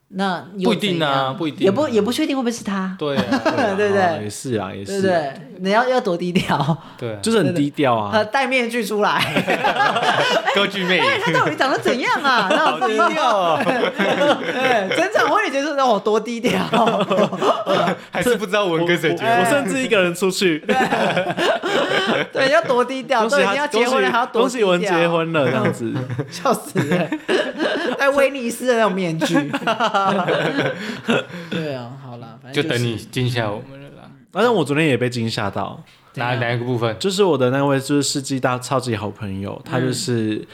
[SPEAKER 3] 那又
[SPEAKER 2] 不一定
[SPEAKER 3] 怎
[SPEAKER 2] 啊
[SPEAKER 3] 样
[SPEAKER 2] 不一定啊
[SPEAKER 3] 也不也不确定会不会是他，
[SPEAKER 2] 对啊，
[SPEAKER 3] 对不
[SPEAKER 1] 啊
[SPEAKER 3] 对
[SPEAKER 1] 也？是啊，也
[SPEAKER 3] 对不
[SPEAKER 1] 是，
[SPEAKER 3] 对？你要要多低调，
[SPEAKER 2] 对啊，
[SPEAKER 1] 就是很低调啊
[SPEAKER 3] 呃，。戴面
[SPEAKER 1] *laughs*
[SPEAKER 3] 具出来，
[SPEAKER 2] 歌剧魅
[SPEAKER 3] 哎，
[SPEAKER 2] 影，
[SPEAKER 3] 他到底长得怎样
[SPEAKER 1] *laughs*
[SPEAKER 3] 啊？那我
[SPEAKER 2] 好低调
[SPEAKER 1] 啊
[SPEAKER 2] 哦，
[SPEAKER 3] *laughs* 对，整场婚礼结束让我多哦
[SPEAKER 1] *laughs*
[SPEAKER 3] 低调，
[SPEAKER 2] 还是不知道我们跟谁结
[SPEAKER 1] 我
[SPEAKER 2] 婚。
[SPEAKER 1] 甚至一个人出去，
[SPEAKER 3] 对，要多低调，
[SPEAKER 1] 恭
[SPEAKER 3] 啊都
[SPEAKER 1] 喜
[SPEAKER 3] 已经要
[SPEAKER 1] 他，
[SPEAKER 3] 结
[SPEAKER 1] 恭
[SPEAKER 3] 婚了，
[SPEAKER 1] 喜
[SPEAKER 3] 还要多
[SPEAKER 1] 恭
[SPEAKER 3] 低
[SPEAKER 1] 喜
[SPEAKER 3] 调，
[SPEAKER 1] 文结，婚
[SPEAKER 3] *laughs*
[SPEAKER 1] 了这样子。
[SPEAKER 3] 笑死了，戴威尼斯的那种
[SPEAKER 1] *laughs*
[SPEAKER 3] 面具，对啊，好了，反正
[SPEAKER 2] 就是等你惊吓我们了啦。
[SPEAKER 1] 反正我昨天也被惊吓到，
[SPEAKER 3] 怎
[SPEAKER 2] 哪
[SPEAKER 3] 样
[SPEAKER 2] 哪一个部分？
[SPEAKER 3] 嗯
[SPEAKER 1] 就是我的那位就是世纪大超级好朋友，他就是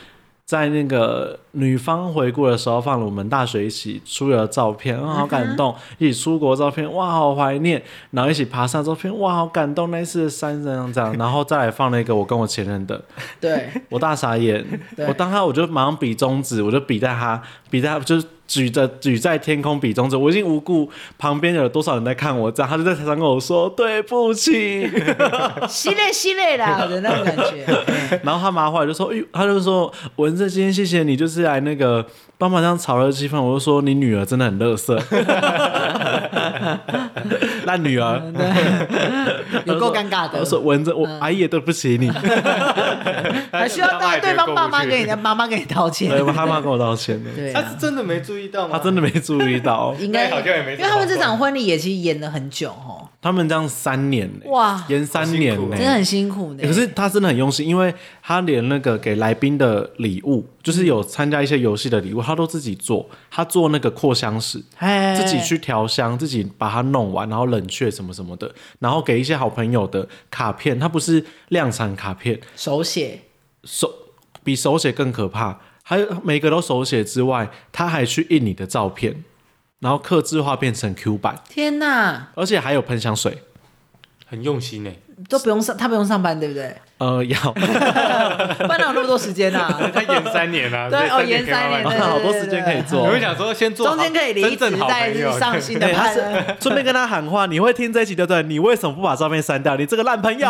[SPEAKER 1] 在那个女方回顾的时候，放了我们大学一起出游的照片，啊，好
[SPEAKER 3] 嗯
[SPEAKER 1] 感动；一起出国的照片，哇，好怀念；然后一起爬山的照片，哇，好感动。那一次的山这样这样，然后再来放了一个我跟我前任的，
[SPEAKER 3] 对，
[SPEAKER 1] 我大傻眼，
[SPEAKER 3] 对
[SPEAKER 1] 我当他我就马上比中指，我就比在他，比在他就是举着举在天空比中指，我已经无顾旁边有多少人在看我，这样他就在台上跟我说对不起，
[SPEAKER 3] *laughs* 系列系列
[SPEAKER 1] *laughs*
[SPEAKER 3] 啦的那种感觉。嗯
[SPEAKER 1] 然后他妈后来就说，哎、他就说文正今天谢谢你，就是来那个帮忙这样炒热气氛，我就说你女儿真的很乐
[SPEAKER 3] *laughs*
[SPEAKER 1] 色，烂女儿，
[SPEAKER 3] 嗯有够尴尬的嗯
[SPEAKER 1] 我说文正我、阿姨也对不起
[SPEAKER 3] *laughs*
[SPEAKER 1] 你，
[SPEAKER 3] 还需要到对方爸妈跟你的妈妈跟你道歉。
[SPEAKER 1] 对，我他妈跟我道歉的，
[SPEAKER 3] 对
[SPEAKER 2] 他
[SPEAKER 3] 啊，
[SPEAKER 2] 是真的没注意到吗？
[SPEAKER 1] 他真的没注意到，
[SPEAKER 3] 应该
[SPEAKER 2] 那好像也没什么
[SPEAKER 3] 因为他们这场婚礼也其实演了很久哦，
[SPEAKER 1] 他们这样三年、欸，
[SPEAKER 3] 哇
[SPEAKER 1] 延三年
[SPEAKER 2] 好
[SPEAKER 1] 呢、
[SPEAKER 2] 辛苦哦
[SPEAKER 3] 真的很辛苦呢。
[SPEAKER 1] 哎欸可是他真的很用心，因为他连那个给来宾的礼
[SPEAKER 3] 嗯
[SPEAKER 1] 物，就是有参加一些游戏的礼物，他都自己做。他做那个扩香石，
[SPEAKER 3] 哎，
[SPEAKER 1] 自己去调香，自己把它弄完，然后冷却什么什么的，然后给一些好朋友的卡片。他不是量产卡片，
[SPEAKER 3] 手写，
[SPEAKER 1] 手比手写更可怕。还有每个都手写之外，他还去印你的照片，然后刻字化变成 Q 版，
[SPEAKER 3] 天哪，
[SPEAKER 1] 而且还有喷香水。
[SPEAKER 2] 很用心呢。
[SPEAKER 3] 都不用上，他不用上班，对
[SPEAKER 2] *laughs*
[SPEAKER 3] 不对？
[SPEAKER 1] 呃，要
[SPEAKER 3] 不然哪有那么多时间呐？
[SPEAKER 2] 他延三年啊，
[SPEAKER 3] 对
[SPEAKER 2] 所
[SPEAKER 3] 哦，
[SPEAKER 2] 以
[SPEAKER 3] 延三
[SPEAKER 2] 可以慢
[SPEAKER 3] 年，
[SPEAKER 2] 慢
[SPEAKER 3] 对对对对
[SPEAKER 1] 好多时间可以做哦
[SPEAKER 2] 我会想说 *laughs* 先做好
[SPEAKER 3] 中间可以离
[SPEAKER 2] 真正
[SPEAKER 3] 职，
[SPEAKER 2] 好
[SPEAKER 3] 再
[SPEAKER 2] 朋友
[SPEAKER 3] 是上新的
[SPEAKER 1] 对哎他
[SPEAKER 3] 班
[SPEAKER 1] 是。
[SPEAKER 3] *laughs*
[SPEAKER 1] 顺便跟他喊话，你会听这一集对不对？你为什么不把照片删掉？你这个烂朋
[SPEAKER 3] *laughs*
[SPEAKER 1] 友！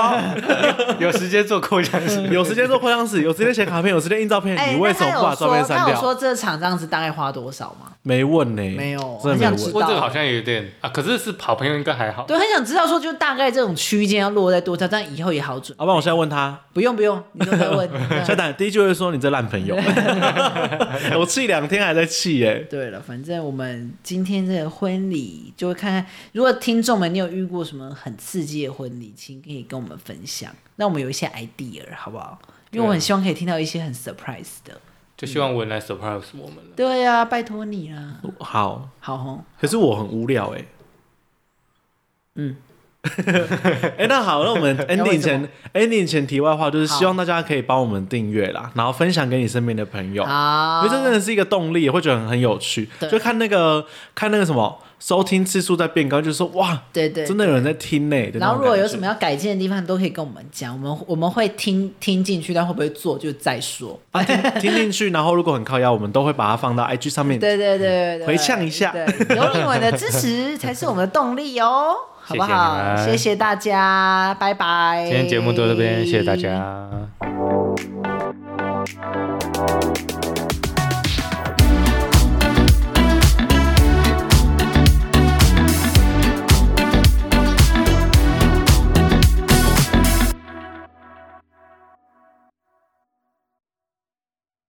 [SPEAKER 2] *laughs* 有时间做扩香
[SPEAKER 3] 嗯
[SPEAKER 2] 石，
[SPEAKER 1] 有时间做扩香石，有时间写卡片，有时间印照片，
[SPEAKER 3] 哎，
[SPEAKER 1] 你为什么不把照片
[SPEAKER 3] 那
[SPEAKER 1] 删
[SPEAKER 3] 他有说那
[SPEAKER 1] 掉？
[SPEAKER 3] 有说这场这样子大概花多少吗？
[SPEAKER 1] 没问呢、
[SPEAKER 3] 没有
[SPEAKER 1] 真的
[SPEAKER 3] 很
[SPEAKER 1] 没
[SPEAKER 3] 想知
[SPEAKER 1] 问
[SPEAKER 3] 道。
[SPEAKER 2] 我这个好像有点啊，可是是好朋友应该还好。
[SPEAKER 3] 对，很想知道说，就大概这种区间要落在多少，这样以后也好准。
[SPEAKER 1] 好吧，我现在问他，
[SPEAKER 3] 不用不用，你都不要问。
[SPEAKER 1] *laughs* 现在打第一句会说你这烂朋
[SPEAKER 3] *laughs*
[SPEAKER 1] 友，我气两天还在气耶、
[SPEAKER 3] 对了，反正我们今天这个婚礼就会看看，如果听众们你有遇过什么很刺激的婚礼，请可以跟我们分享。那我们有一些 idea 好不好？因为我很希望可以听到一些很 surprise 的。
[SPEAKER 2] 就希望文来 surprise 我们了。
[SPEAKER 3] 对啊，拜托你啦。
[SPEAKER 1] 哦好，
[SPEAKER 3] 好哦吼，
[SPEAKER 1] 可是我很无聊哎、
[SPEAKER 3] 嗯。
[SPEAKER 1] *laughs* 哎、那好，那我
[SPEAKER 3] *laughs*
[SPEAKER 1] 们
[SPEAKER 3] 要问
[SPEAKER 1] ending
[SPEAKER 3] 什
[SPEAKER 1] 前 ending 前题外话就是
[SPEAKER 3] 好
[SPEAKER 1] 希望大家可以帮我们订阅啦，然后分享给你身边的朋友。
[SPEAKER 3] 好
[SPEAKER 1] 因为，这真的是一个动力，会觉得很很有趣
[SPEAKER 3] 对。
[SPEAKER 1] 就看那个看那个什么收听次数在变高，就说哇，
[SPEAKER 3] 对对
[SPEAKER 1] 真的有人在听呢、的那种
[SPEAKER 3] 然后如果有
[SPEAKER 1] 感觉
[SPEAKER 3] 什么要改进的地方，都可以跟我们讲，我们我们会听听进去，但会不会做就再说。
[SPEAKER 1] 啊听听进去，然后如果很靠腰，我们都会把它放到 IG 上面。
[SPEAKER 3] 对对对对对，
[SPEAKER 1] 回呛一下
[SPEAKER 3] 对，有你们的支持才是我们的动力哦，
[SPEAKER 2] 谢
[SPEAKER 3] 好
[SPEAKER 2] 谢
[SPEAKER 3] 不好？
[SPEAKER 2] 你们
[SPEAKER 3] 谢谢大家，拜拜。
[SPEAKER 2] 今天节目到这边，谢谢大。家。